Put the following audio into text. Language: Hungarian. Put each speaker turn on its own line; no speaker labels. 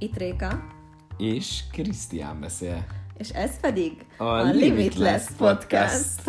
Itt Réka,
És Krisztián beszél.
és ez pedig
A Limitless Podcast.